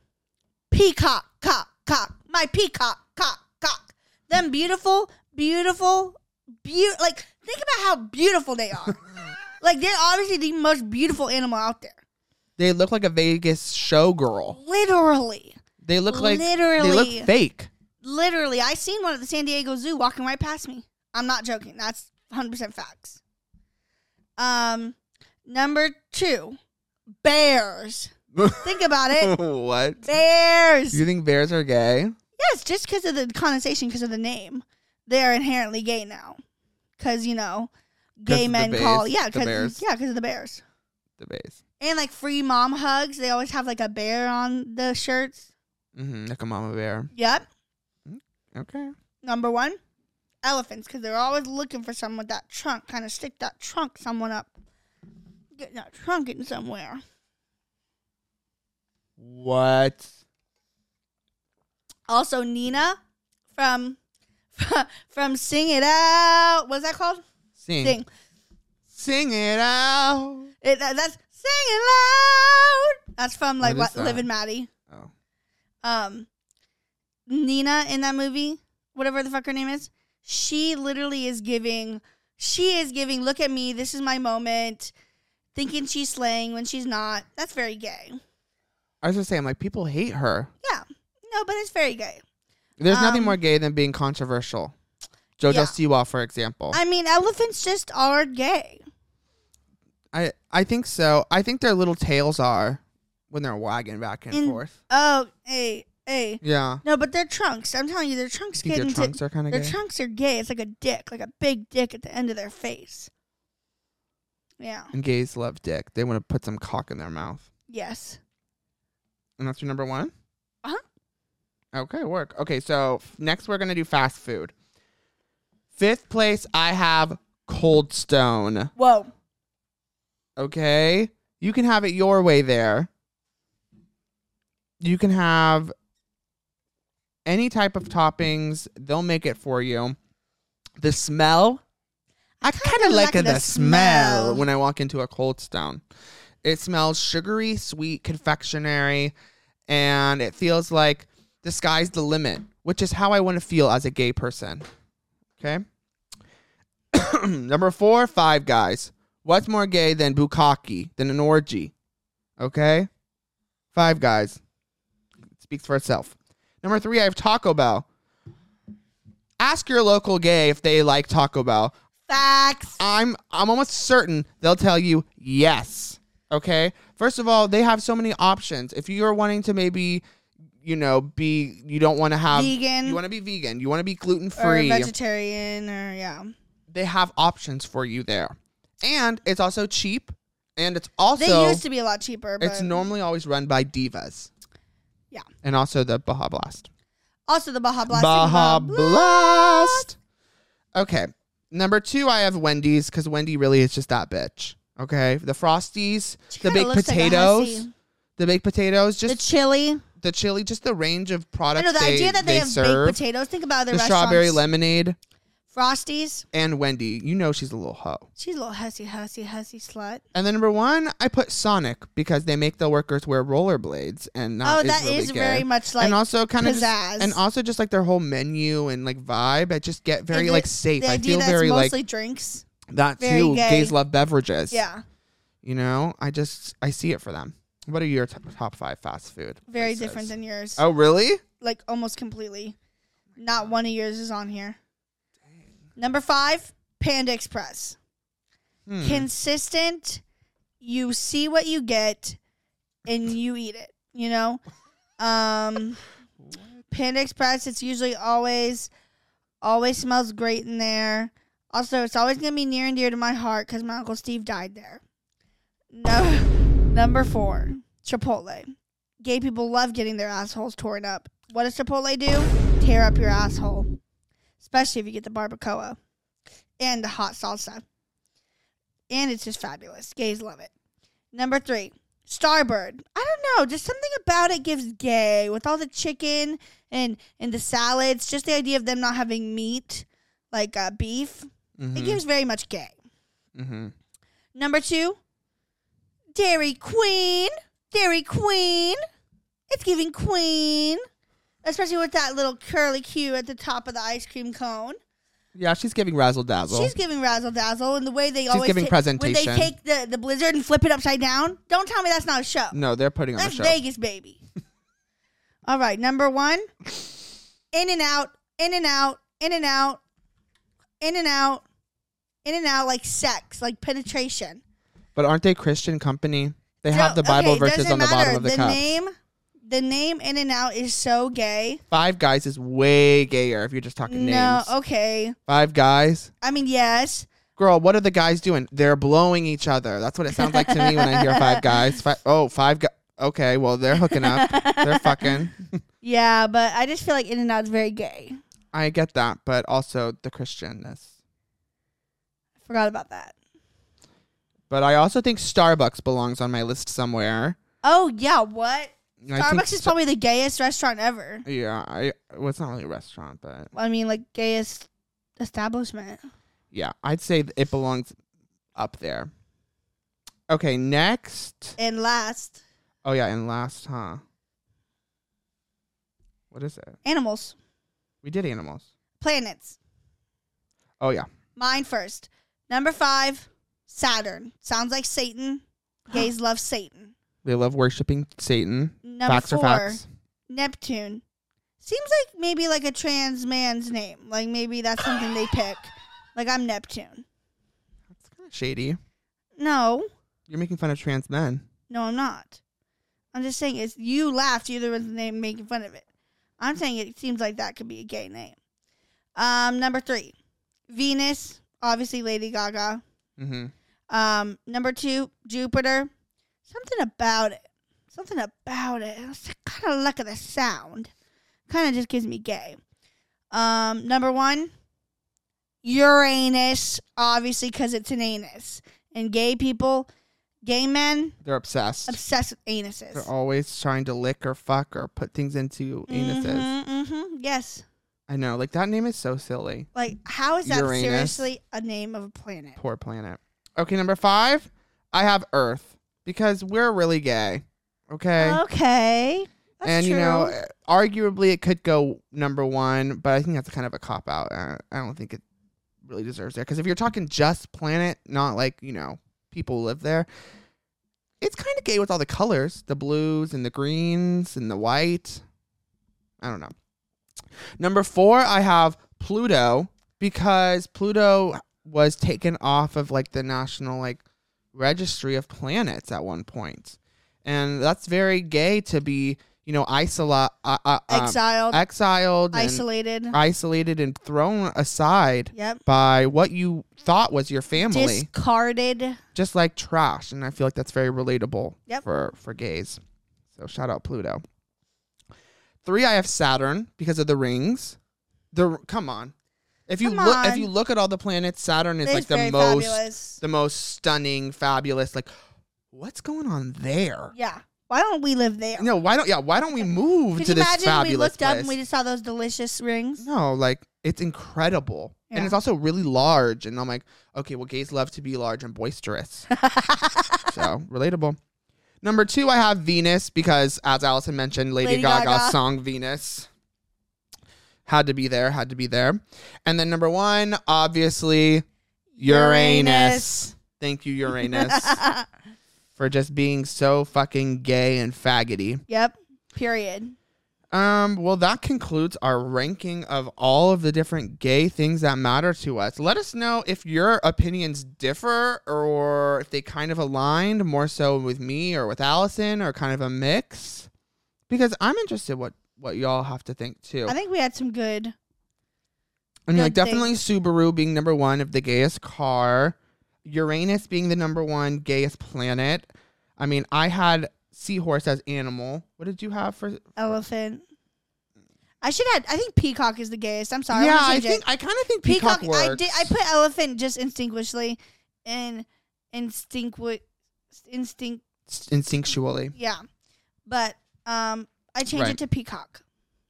S1: peacock, cock, cock. My peacock, cock, cock. Them beautiful, beautiful, beautiful. Like, think about how beautiful they are. like, they're obviously the most beautiful animal out there.
S2: They look like a Vegas showgirl.
S1: Literally.
S2: They look like they
S1: Literally.
S2: look fake.
S1: Literally. I seen one at the San Diego Zoo walking right past me. I'm not joking. That's 100% facts. Um, Number two, bears. Think about it.
S2: what?
S1: Bears.
S2: You think bears are gay?
S1: Yes, just because of the connotation, because of the name, they are inherently gay now. Because you know,
S2: 'Cause
S1: gay
S2: of the
S1: men call
S2: bears,
S1: yeah,
S2: the
S1: because
S2: bears.
S1: yeah, because of the bears
S2: The base.
S1: and like free mom hugs. They always have like a bear on the shirts.
S2: Mm-hmm. Like a mama bear.
S1: Yep,
S2: Okay.
S1: number one, elephants, because they're always looking for someone with that trunk. Kind of stick that trunk someone up, getting that trunk in somewhere.
S2: What?
S1: Also, Nina from from Sing It Out. What's that called?
S2: Sing.
S1: Sing.
S2: Sing, it out.
S1: It, that, that's singing loud. That's from like
S2: What is
S1: what, Live
S2: that?
S1: and Maddie.
S2: Oh.
S1: Um, Nina in that movie, whatever the fuck her name is, she literally is giving. She is giving. Look at me. This is my moment. Thinking she's slaying when she's not. That's very gay.
S2: I was just saying, like, people hate her.
S1: Yeah. No, but it's very gay.
S2: There's nothing
S1: Um,
S2: more gay than being controversial. JoJo
S1: Yeah.
S2: Siwa, for example.
S1: I mean, elephants just are gay.
S2: I, I think so. I think their little tails are when they're wagging back and
S1: In-
S2: forth.
S1: Oh, hey, hey.
S2: Yeah.
S1: No, but their trunks. I'm telling you, their trunks
S2: You
S1: get
S2: think their
S1: into
S2: trunks are kind of
S1: Their
S2: gay?
S1: trunks are gay. It's like a dick, like a big dick at the end of their face. Yeah.
S2: and gays love dick. They want to put some cock in their mouth.
S1: Yes.
S2: And that's your number one?
S1: Uh-huh.
S2: Okay, work. Okay, so f- next we're gonna do fast food. Fifth place, I have Cold Stone.
S1: Whoa.
S2: Okay, you can have it your way there. You can have any type of toppings; they'll make it for you. The smell, I kind of like, the, smell. when I walk into a Cold Stone. It smells sugary, sweet, confectionery, and it feels like the sky's the limit, which is how I want to feel as a gay person. Okay. Number four, five guys. What's more gay than bukkake, than an orgy? Okay. Five guys. It speaks for itself. Number three, I have Taco Bell. Ask your local gay if they like Taco Bell.
S1: Facts.
S2: I'm I'm almost certain they'll tell you yes. Okay? First of all, they have so many options. If you're wanting to maybe you know, be you don't want to have
S1: Vegan.
S2: you want to be vegan, you want to be gluten
S1: Or
S2: free.
S1: vegetarian or yeah.
S2: They have options for you there. And it's also cheap and it's also
S1: They used to be a lot cheaper, but
S2: it's normally always run by divas.
S1: Yeah.
S2: And also the Baja Blast.
S1: also the Baja Blast.
S2: Baja
S1: Blah-
S2: Blast. Okay. Number two, I have Wendy's because Wendy really is just that bitch. Okay. The Frosties,
S1: She
S2: the
S1: kinda
S2: baked
S1: looks like a
S2: potatoes,
S1: hussy.
S2: the baked potatoes,
S1: The
S2: just
S1: chili.
S2: the, chili, just the range of
S1: I
S2: products.
S1: know the
S2: they,
S1: idea that they, have
S2: serve.
S1: baked potatoes. Think about other
S2: the
S1: restaurants.
S2: strawberry lemonade
S1: Frosties.
S2: and Wendy. You know she's a little hoe.
S1: She's a little hussy, hussy, hussy slut.
S2: And then number one, I put Sonic because they make the workers wear rollerblades and not
S1: oh, that
S2: really
S1: is
S2: gay.
S1: very much like
S2: and also kind of
S1: pizzazz.
S2: and also just like their whole menu and like vibe. I just get very
S1: the-
S2: like safe.
S1: The
S2: I
S1: idea
S2: feel
S1: that's
S2: very like
S1: mostly drinks.
S2: that
S1: very
S2: too.
S1: gay.
S2: Gays love beverages.
S1: Yeah,
S2: you know, I just I see it for them. What are your t- top five fast food?
S1: very
S2: places?
S1: different than yours.
S2: Oh really?
S1: Like almost completely. Not one of yours is on here. Number five, Panda Express.
S2: Hmm.
S1: consistent. You see what you get, and you eat it. You know, um, Panda Express. It's usually always, always smells great in there. Also, it's always gonna be near and dear to my heart because my uncle Steve died there. No, number four, Chipotle. Gay people love getting their assholes torn up. What does Chipotle do? Tear up your asshole, especially if you get the barbacoa and the hot salsa and it's just fabulous. Gays love it. Number three, Starbird. I don't know, just something about it gives gay with all the chicken and and the salads. Just the idea of them not having meat, like uh, beef, it
S2: Mhm,
S1: gives very much gay.
S2: mhm.
S1: Number two, Dairy Queen. Dairy Queen. It's giving queen, especially with that little curly Q at the top of the ice cream cone.
S2: Yeah, she's giving razzle dazzle.
S1: She's giving razzle dazzle, and the way they always
S2: giving
S1: ta-
S2: presentation.
S1: When they take the, the blizzard and flip it upside down, don't tell me that's not a show.
S2: no, they're putting on a
S1: that's
S2: show.
S1: Vegas, baby. All right, number one, in and out, in and out, in and out, in and out, in and out, like sex, like penetration.
S2: But aren't they Christian company? They
S1: So-
S2: have the Bible
S1: okay,
S2: verses
S1: doesn't
S2: on the bottom
S1: matter.
S2: of the, cup.
S1: name, the name in and out is so gay.
S2: Five Guys is way gayer if you're just talking
S1: No,
S2: names.
S1: okay.
S2: Five Guys.
S1: I mean, yes.
S2: Girl, what are the guys doing? They're blowing each other. That's what it sounds like to me when I hear Five Guys. Fi- oh, Five Guys. Okay, well, they're hooking up. they're fucking.
S1: Yeah, but I just feel like in and out is very gay.
S2: I get that, but also the Christianness.
S1: Forgot about that.
S2: But I also think Starbucks belongs on my list somewhere.
S1: Oh yeah, what?
S2: I think
S1: Starbucks is probably the gayest restaurant ever.
S2: Sta- yeah, I, well, it's not really a restaurant, but
S1: I mean, like gayest establishment.
S2: yeah, I'd say th- it belongs up there. Okay, next.
S1: And last,
S2: Oh yeah, and last, huh? What is it?
S1: animals,
S2: We did animals.
S1: planets.
S2: Oh yeah.
S1: Mine first. Number five, Saturn. Sounds like Satan. Gays love Satan.
S2: They love worshiping Satan.
S1: Number
S2: facts
S1: four,
S2: are facts.
S1: Neptune. Seems like maybe like a trans man's name. Like maybe that's something they pick. Like I'm Neptune.
S2: It's kind of shady.
S1: No,
S2: You're making fun of trans men.
S1: No, I'm not. I'm just saying it's you laughed. You're the one na- making fun of it. I'm saying it seems like that could be a gay name. Um, number three, Venus, obviously Lady Gaga.
S2: Mm-hmm.
S1: Um, number two, Jupiter. Something about it. Something about it. I kind of look at the sound. kind of just gives me gay. Um, number one, Uranus, obviously, because it's an anus. And gay people, gay men,
S2: They're obsessed.
S1: obsessed with anuses.
S2: They're always trying to lick or fuck or put things into anuses.
S1: hmm Yes.
S2: I know. Like that name is so silly.
S1: Like, how is that
S2: Uranus.
S1: seriously a name of a planet?
S2: Poor planet. Okay, number five. I have Earth because we're really gay. Okay.
S1: Okay. That's
S2: and you
S1: true.
S2: know, eh, arguably it could go number one, but I think that's kind of a cop out. Uh, I don't think it really deserves there because if you're talking just planet, not like you know people who live there, it's kind of gay with all the colors, the blues and the greens and the white. I don't know. Number four, I have Pluto because Pluto was taken off of like the national like registry of planets at one point, and that's very gay to be you know isola- uh, uh, um,
S1: exiled,
S2: exiled, and
S1: isolated.
S2: isolated, and thrown aside
S1: yep.
S2: by what you thought was your family,
S1: Discarded.
S2: just like trash. And I feel like that's very relatable
S1: Yep.
S2: for for gays. So shout out Pluto. Three, I have Saturn because of the rings. The come on, if you
S1: Come
S2: look if
S1: on.
S2: you look at all the planets, Saturn is
S1: It's
S2: like the
S1: very
S2: most
S1: fabulous.
S2: the most stunning, fabulous. Like, what's going on there?
S1: Yeah. Why don't we live there?
S2: No, why don't yeah? Why don't we move
S1: Could
S2: to
S1: you
S2: this
S1: imagine
S2: fabulous
S1: we looked
S2: place?
S1: up and we just saw those delicious rings?
S2: No, like it's incredible. And
S1: Yeah.
S2: it's also really large. And I'm like, okay, well, gays love to be large and boisterous. so relatable. Number two, I have Venus because, as Allison mentioned, Lady,
S1: Lady
S2: Gaga's
S1: Gaga.
S2: song Venus had to be there, had to be there. And then number one, obviously, Uranus. Thank you, Uranus, for just being so fucking gay and faggoty.
S1: yep. Period.
S2: Um, well, that concludes our ranking of all of the different gay things that matter to us. Let us know if your opinions differ or if they kind of aligned more so with me or with Allison or kind of a mix. Because I'm interested what what y'all have to think too.
S1: I think we had some good.
S2: I mean, like
S1: Good
S2: definitely Subaru being number one of the gayest car, Uranus being the number one gayest planet. I mean, I had seahorse as animal. What did you have for?
S1: Elephant. I should add. I think peacock is the gayest. I'm sorry.
S2: yeah,
S1: wanna
S2: I
S1: change it.
S2: think I kind of think peacock, works.
S1: I did. I put elephant just instinctually, and instinct instinct.
S2: instinctually.
S1: Yeah, but um, I changed
S2: Right.
S1: it to peacock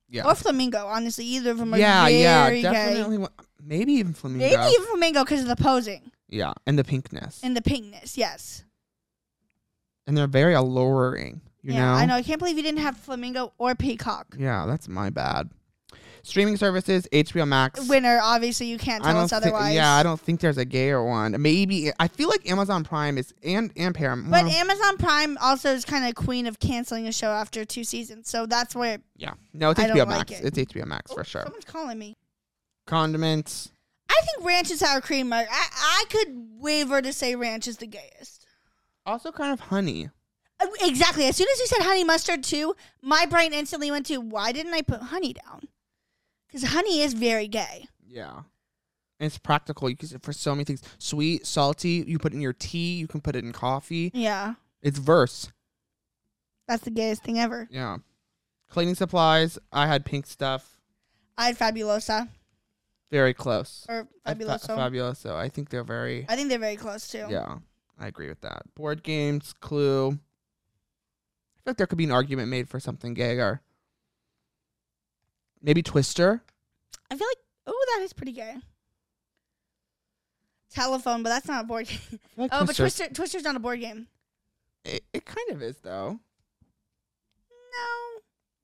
S2: Yeah.
S1: or flamingo. Honestly, either of them are
S2: yeah,
S1: very
S2: yeah,
S1: gay.
S2: definitely. wa- Maybe even flamingo.
S1: Maybe even flamingo because of the posing
S2: Yeah, and the pinkness, and,
S1: and the pinkness. Yes.
S2: they're very alluring. You
S1: yeah,
S2: know.
S1: I know. I can't believe you didn't have flamingo or peacock.
S2: Yeah, that's my bad. Streaming services, HBO Max.
S1: Winner, obviously, you can't
S2: I
S1: tell
S2: don't
S1: us
S2: thi-
S1: otherwise.
S2: yeah, I don't think there's a gayer one. Maybe I feel like Amazon Prime is and and Paramount.
S1: But
S2: well,
S1: Amazon Prime also is kind of queen of canceling a show after two seasons, so that's where
S2: yeah, no, it's
S1: I
S2: HBO
S1: don't
S2: Max.
S1: like it.
S2: It's HBO Max for
S1: Oh,
S2: sure.
S1: Someone's calling me.
S2: Condiments.
S1: I think ranch and sour cream are. I, I could waver to say ranch is the gayest.
S2: Also, kind of honey.
S1: Uh, Exactly. As soon as you said honey mustard too, my brain instantly went to why didn't I put honey down? Because honey is very gay.
S2: Yeah. And it's practical. You can use it for so many things. Sweet, salty. You put it in your tea. You can put it in coffee.
S1: Yeah,
S2: It's verse.
S1: that's the gayest thing ever.
S2: Yeah. Cleaning supplies, I had pink stuff.
S1: I had fabulosa
S2: Very close.
S1: or
S2: I fa-
S1: fabuloso.
S2: fabuloso. I think they're very.
S1: I think they're very close too.
S2: Yeah, I agree with that. Board games, Clue. I feel like there could be an argument made for something gay or maybe Twister.
S1: I feel like oh, that is pretty gay. Telephone, but that's not a board game.
S2: I feel like
S1: Oh, but
S2: Twister's-
S1: Twister, Twister's not a board game.
S2: It, it kind of is, though.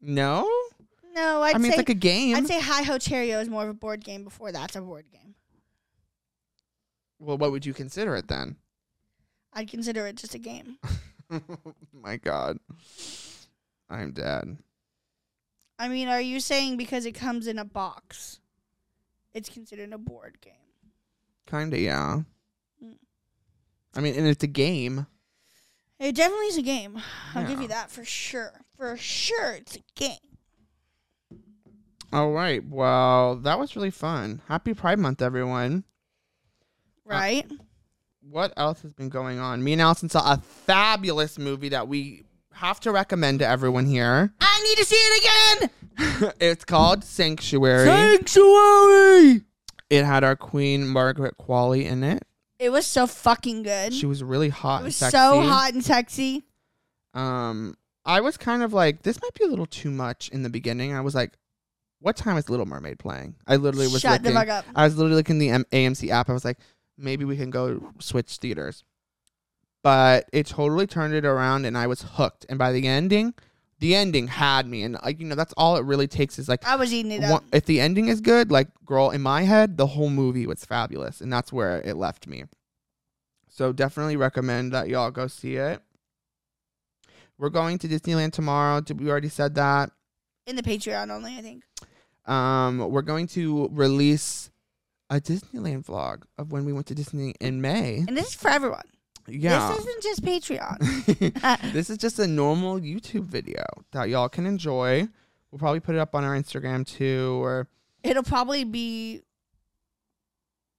S1: No,
S2: No?
S1: no, I'd
S2: I mean,
S1: say
S2: it's like a game.
S1: I'd say Hi Ho Cheerio is more of a board game before that's a board game.
S2: well, what would you consider it then?
S1: I'd consider it just a game.
S2: My God. I'm dead.
S1: I mean, are you saying because it comes in a box, it's considered a board game?
S2: Kinda, yeah.
S1: Mm.
S2: I mean, and it's a game.
S1: It definitely is a game. I'll give
S2: Yeah. Uh,
S1: you that for sure. For sure, it's a game.
S2: All right. Well, that was really fun. Happy Pride Month, everyone.
S1: Right?
S2: What else has been going on? Me and Allison saw a fabulous movie that we have to recommend to everyone here.
S1: I'm
S2: need to see it again. it's called Sanctuary.
S1: Sanctuary.
S2: it had our Queen Margaret Qualley in it.
S1: It was so fucking good.
S2: She was really hot.
S1: it was
S2: and sexy.
S1: so hot and sexy.
S2: Um, I was kind of like, this might be a little too much in the beginning. I was like, what time is Little Mermaid playing? I literally was
S1: Shut the
S2: looking.
S1: fuck up.
S2: I was literally looking the M- AMC app. I was like, maybe we can go switch theaters. But it totally turned it around, and I was hooked. And by the ending, the ending had me. And like you know, that's all it really takes is like
S1: I was eating it up.
S2: one- if the ending is good, like girl, in my head, the whole movie was fabulous, and that's where it left me. So definitely recommend that y'all go see it. We're going to Disneyland tomorrow. Did we already said that?
S1: in the Patreon only, I think.
S2: Um, we're going to release a Disneyland vlog of when we went to Disney in May.
S1: And this is for everyone.
S2: Yeah.
S1: This isn't just Patreon.
S2: this is just a normal YouTube video that y'all can enjoy. We'll probably put it up on our Instagram too, or
S1: It'll probably be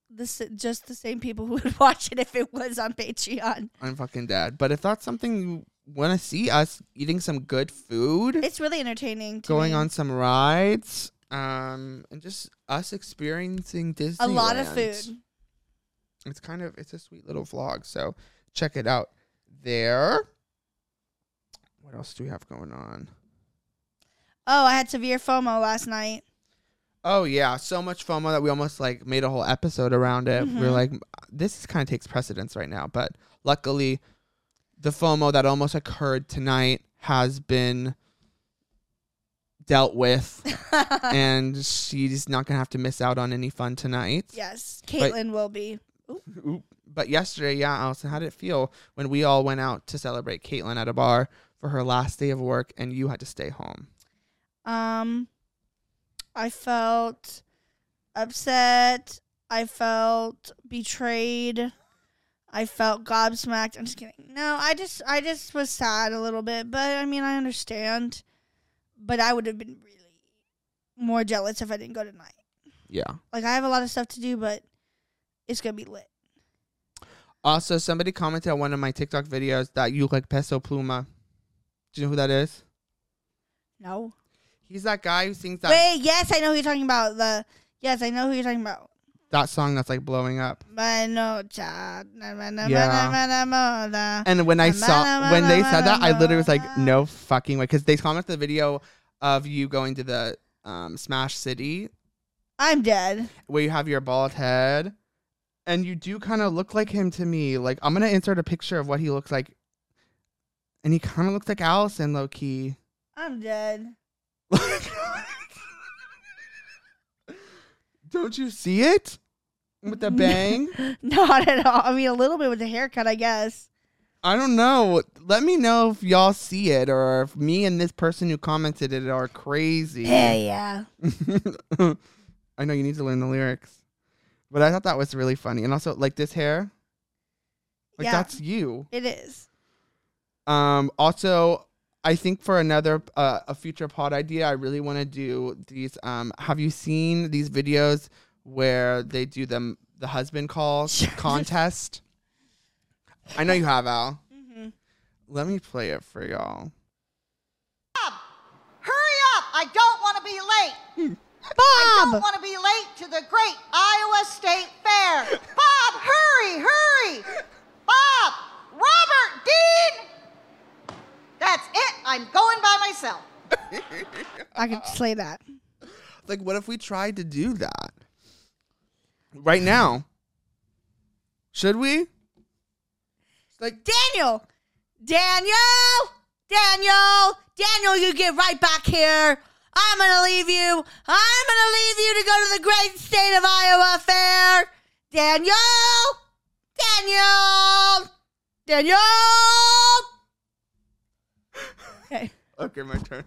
S1: this just the same people who would watch it if it was on Patreon.
S2: I'm fucking dead. But if that's something you want to see us eating some good food,
S1: It's really entertaining. To
S2: going
S1: me.
S2: on some rides, um, and just us experiencing Disney.
S1: a lot of food.
S2: It's kind of it's a sweet little vlog, so check it out there. What else do we have going on?
S1: Oh, I had severe FOMO last night.
S2: Oh yeah, so much FOMO that we almost like made a whole episode around it. We are
S1: Mhm.
S2: like, this kind of takes precedence right now, but luckily, the FOMO that almost occurred tonight has been dealt with, and she's not gonna have to miss out on any fun tonight.
S1: yes, Caitlin will be.
S2: Oop. But yesterday, yeah, Allison, how did it feel when we all went out to celebrate Caitlin at a bar for her last day of work, and you had to stay home?
S1: Um, I felt upset. I felt betrayed. I felt gobsmacked. I'm just kidding. No, I just I just was sad a little bit, but I mean I understand. But I would have been really more jealous if I didn't go tonight.
S2: Yeah.
S1: Like I have a lot of stuff to do, but it's gonna be lit.
S2: Also, somebody commented on one of my TikTok videos that you look like Peso Pluma. Do you know who that is?
S1: No.
S2: He's that guy who sings that,
S1: Wait, yes, I know who you're talking about. The yes, I know who you're talking about.
S2: that song that's like blowing up.
S1: Yeah.
S2: And when I
S1: Na, na,
S2: saw
S1: na,
S2: when
S1: na,
S2: they
S1: na,
S2: said that, I
S1: na,
S2: literally was like,
S1: na.
S2: no fucking way, because they commented the video of you going to the um, Smash City
S1: I'm dead.
S2: where you have your bald head, and you do kind of look like him to me. Like I'm gonna insert a picture of what he looks like, and he kind of looks like Allison low key.
S1: I'm dead.
S2: Don't you see it with the bang?
S1: Not at all. I mean, a little bit with the haircut, I guess.
S2: I don't know. Let me know if y'all see it or if me and this person who commented it are crazy.
S1: Yeah, yeah.
S2: I know you need to learn the lyrics. But I thought that was really funny. And also like this hair. Like
S1: Yeah.
S2: that's you.
S1: It is.
S2: Um also I think for another uh, a future pod idea I really want to do these um have you seen these videos where they do them the husband call contest? I know you have Al.
S1: hmm
S2: Let me play it for y'all.
S4: Hurry up! I don't want to be late. I don't
S1: Bob,
S4: want to be late to the great Iowa State Fair. Bob, hurry, hurry! Bob, Robert Dean. That's it. I'm going by myself.
S1: I
S2: Uh-uh.
S1: can slay that.
S2: Like, what if we tried to do that right now? Should we? Like,
S1: Daniel, Daniel, Daniel, Daniel, you get right back here. I'm gonna leave you. I'm gonna leave you to go to the great state of Iowa fair. Daniel, Daniel, Daniel. Okay.
S2: okay, my turn.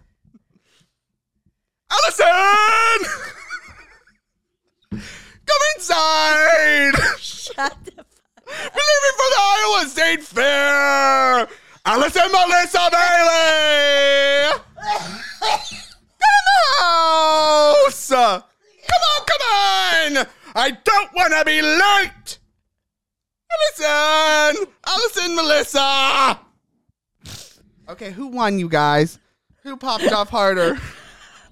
S2: Allison, come inside.
S1: Shut the fuck.
S2: We're leaving for the Iowa State Fair. Allison Melissa Bailey. Come in the house. Come on, come on. I don't want to be late. Allison, Allison, Melissa. Okay, who won, you guys? Who Who popped off harder?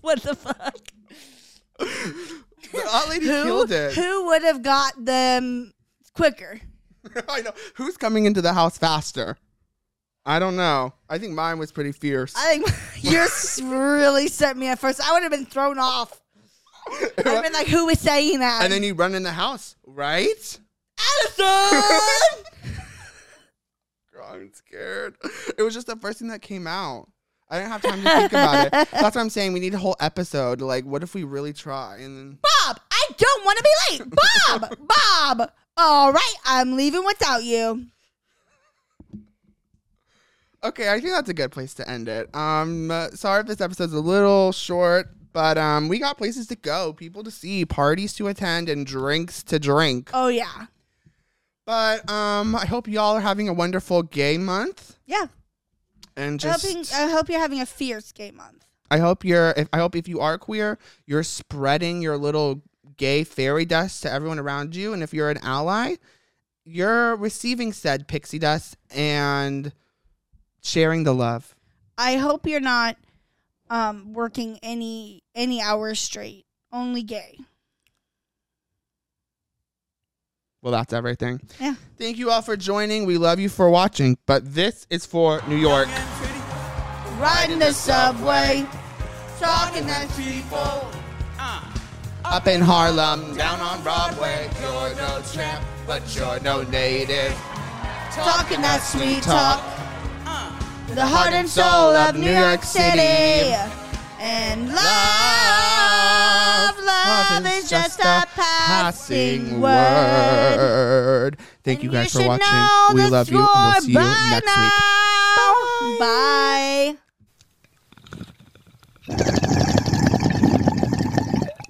S1: What the fuck?
S2: The hot lady
S1: Who,
S2: killed it.
S1: who would have got them quicker?
S2: I know. Who's coming into the house faster? I don't know. I think mine was pretty fierce.
S1: I think yours really set me at first. I would have been thrown off. I'd have been like, who is saying that?
S2: and then you run in the house, right?
S1: Addison!
S2: Girl, I'm scared. It was just the first thing that came out. I didn't have time to think about it. That's what I'm saying. We need a whole episode. Like, what if we really try? And then
S1: Bob, I don't want to be late. Bob, Bob. All right, I'm leaving without you.
S2: Okay, I think that's a good place to end it. Um, uh, sorry if this episode's a little short, but um, we got places to go, people to see, parties to attend, and drinks to drink.
S1: Oh yeah,
S2: But um, I hope y'all are having a wonderful gay month,
S1: yeah.
S2: and
S1: I,
S2: just
S1: hoping, I hope you're having a fierce gay month.
S2: I hope you're. If, I hope if you are queer, you're spreading your little gay fairy dust to everyone around you, and if you're an ally, you're receiving said pixie dust and sharing the love.
S1: I hope you're not um, working any any hours straight. Only gay.
S2: Well, that's everything.
S1: Yeah.
S2: Thank you all for joining. We love you for watching. But this is for New York.
S1: Riding the subway, talking that people.
S2: Up in Harlem, down on Broadway. You're no tramp, but you're no native.
S1: talking that sweet talk. The
S2: heart and soul of New York City.
S1: And love, love is just a passing word.
S2: word. Thank
S1: And
S2: you guys
S1: should
S2: for watching.
S1: know
S2: We
S1: the
S2: love you, and we'll see you
S1: score by
S2: next week.
S1: now. Bye.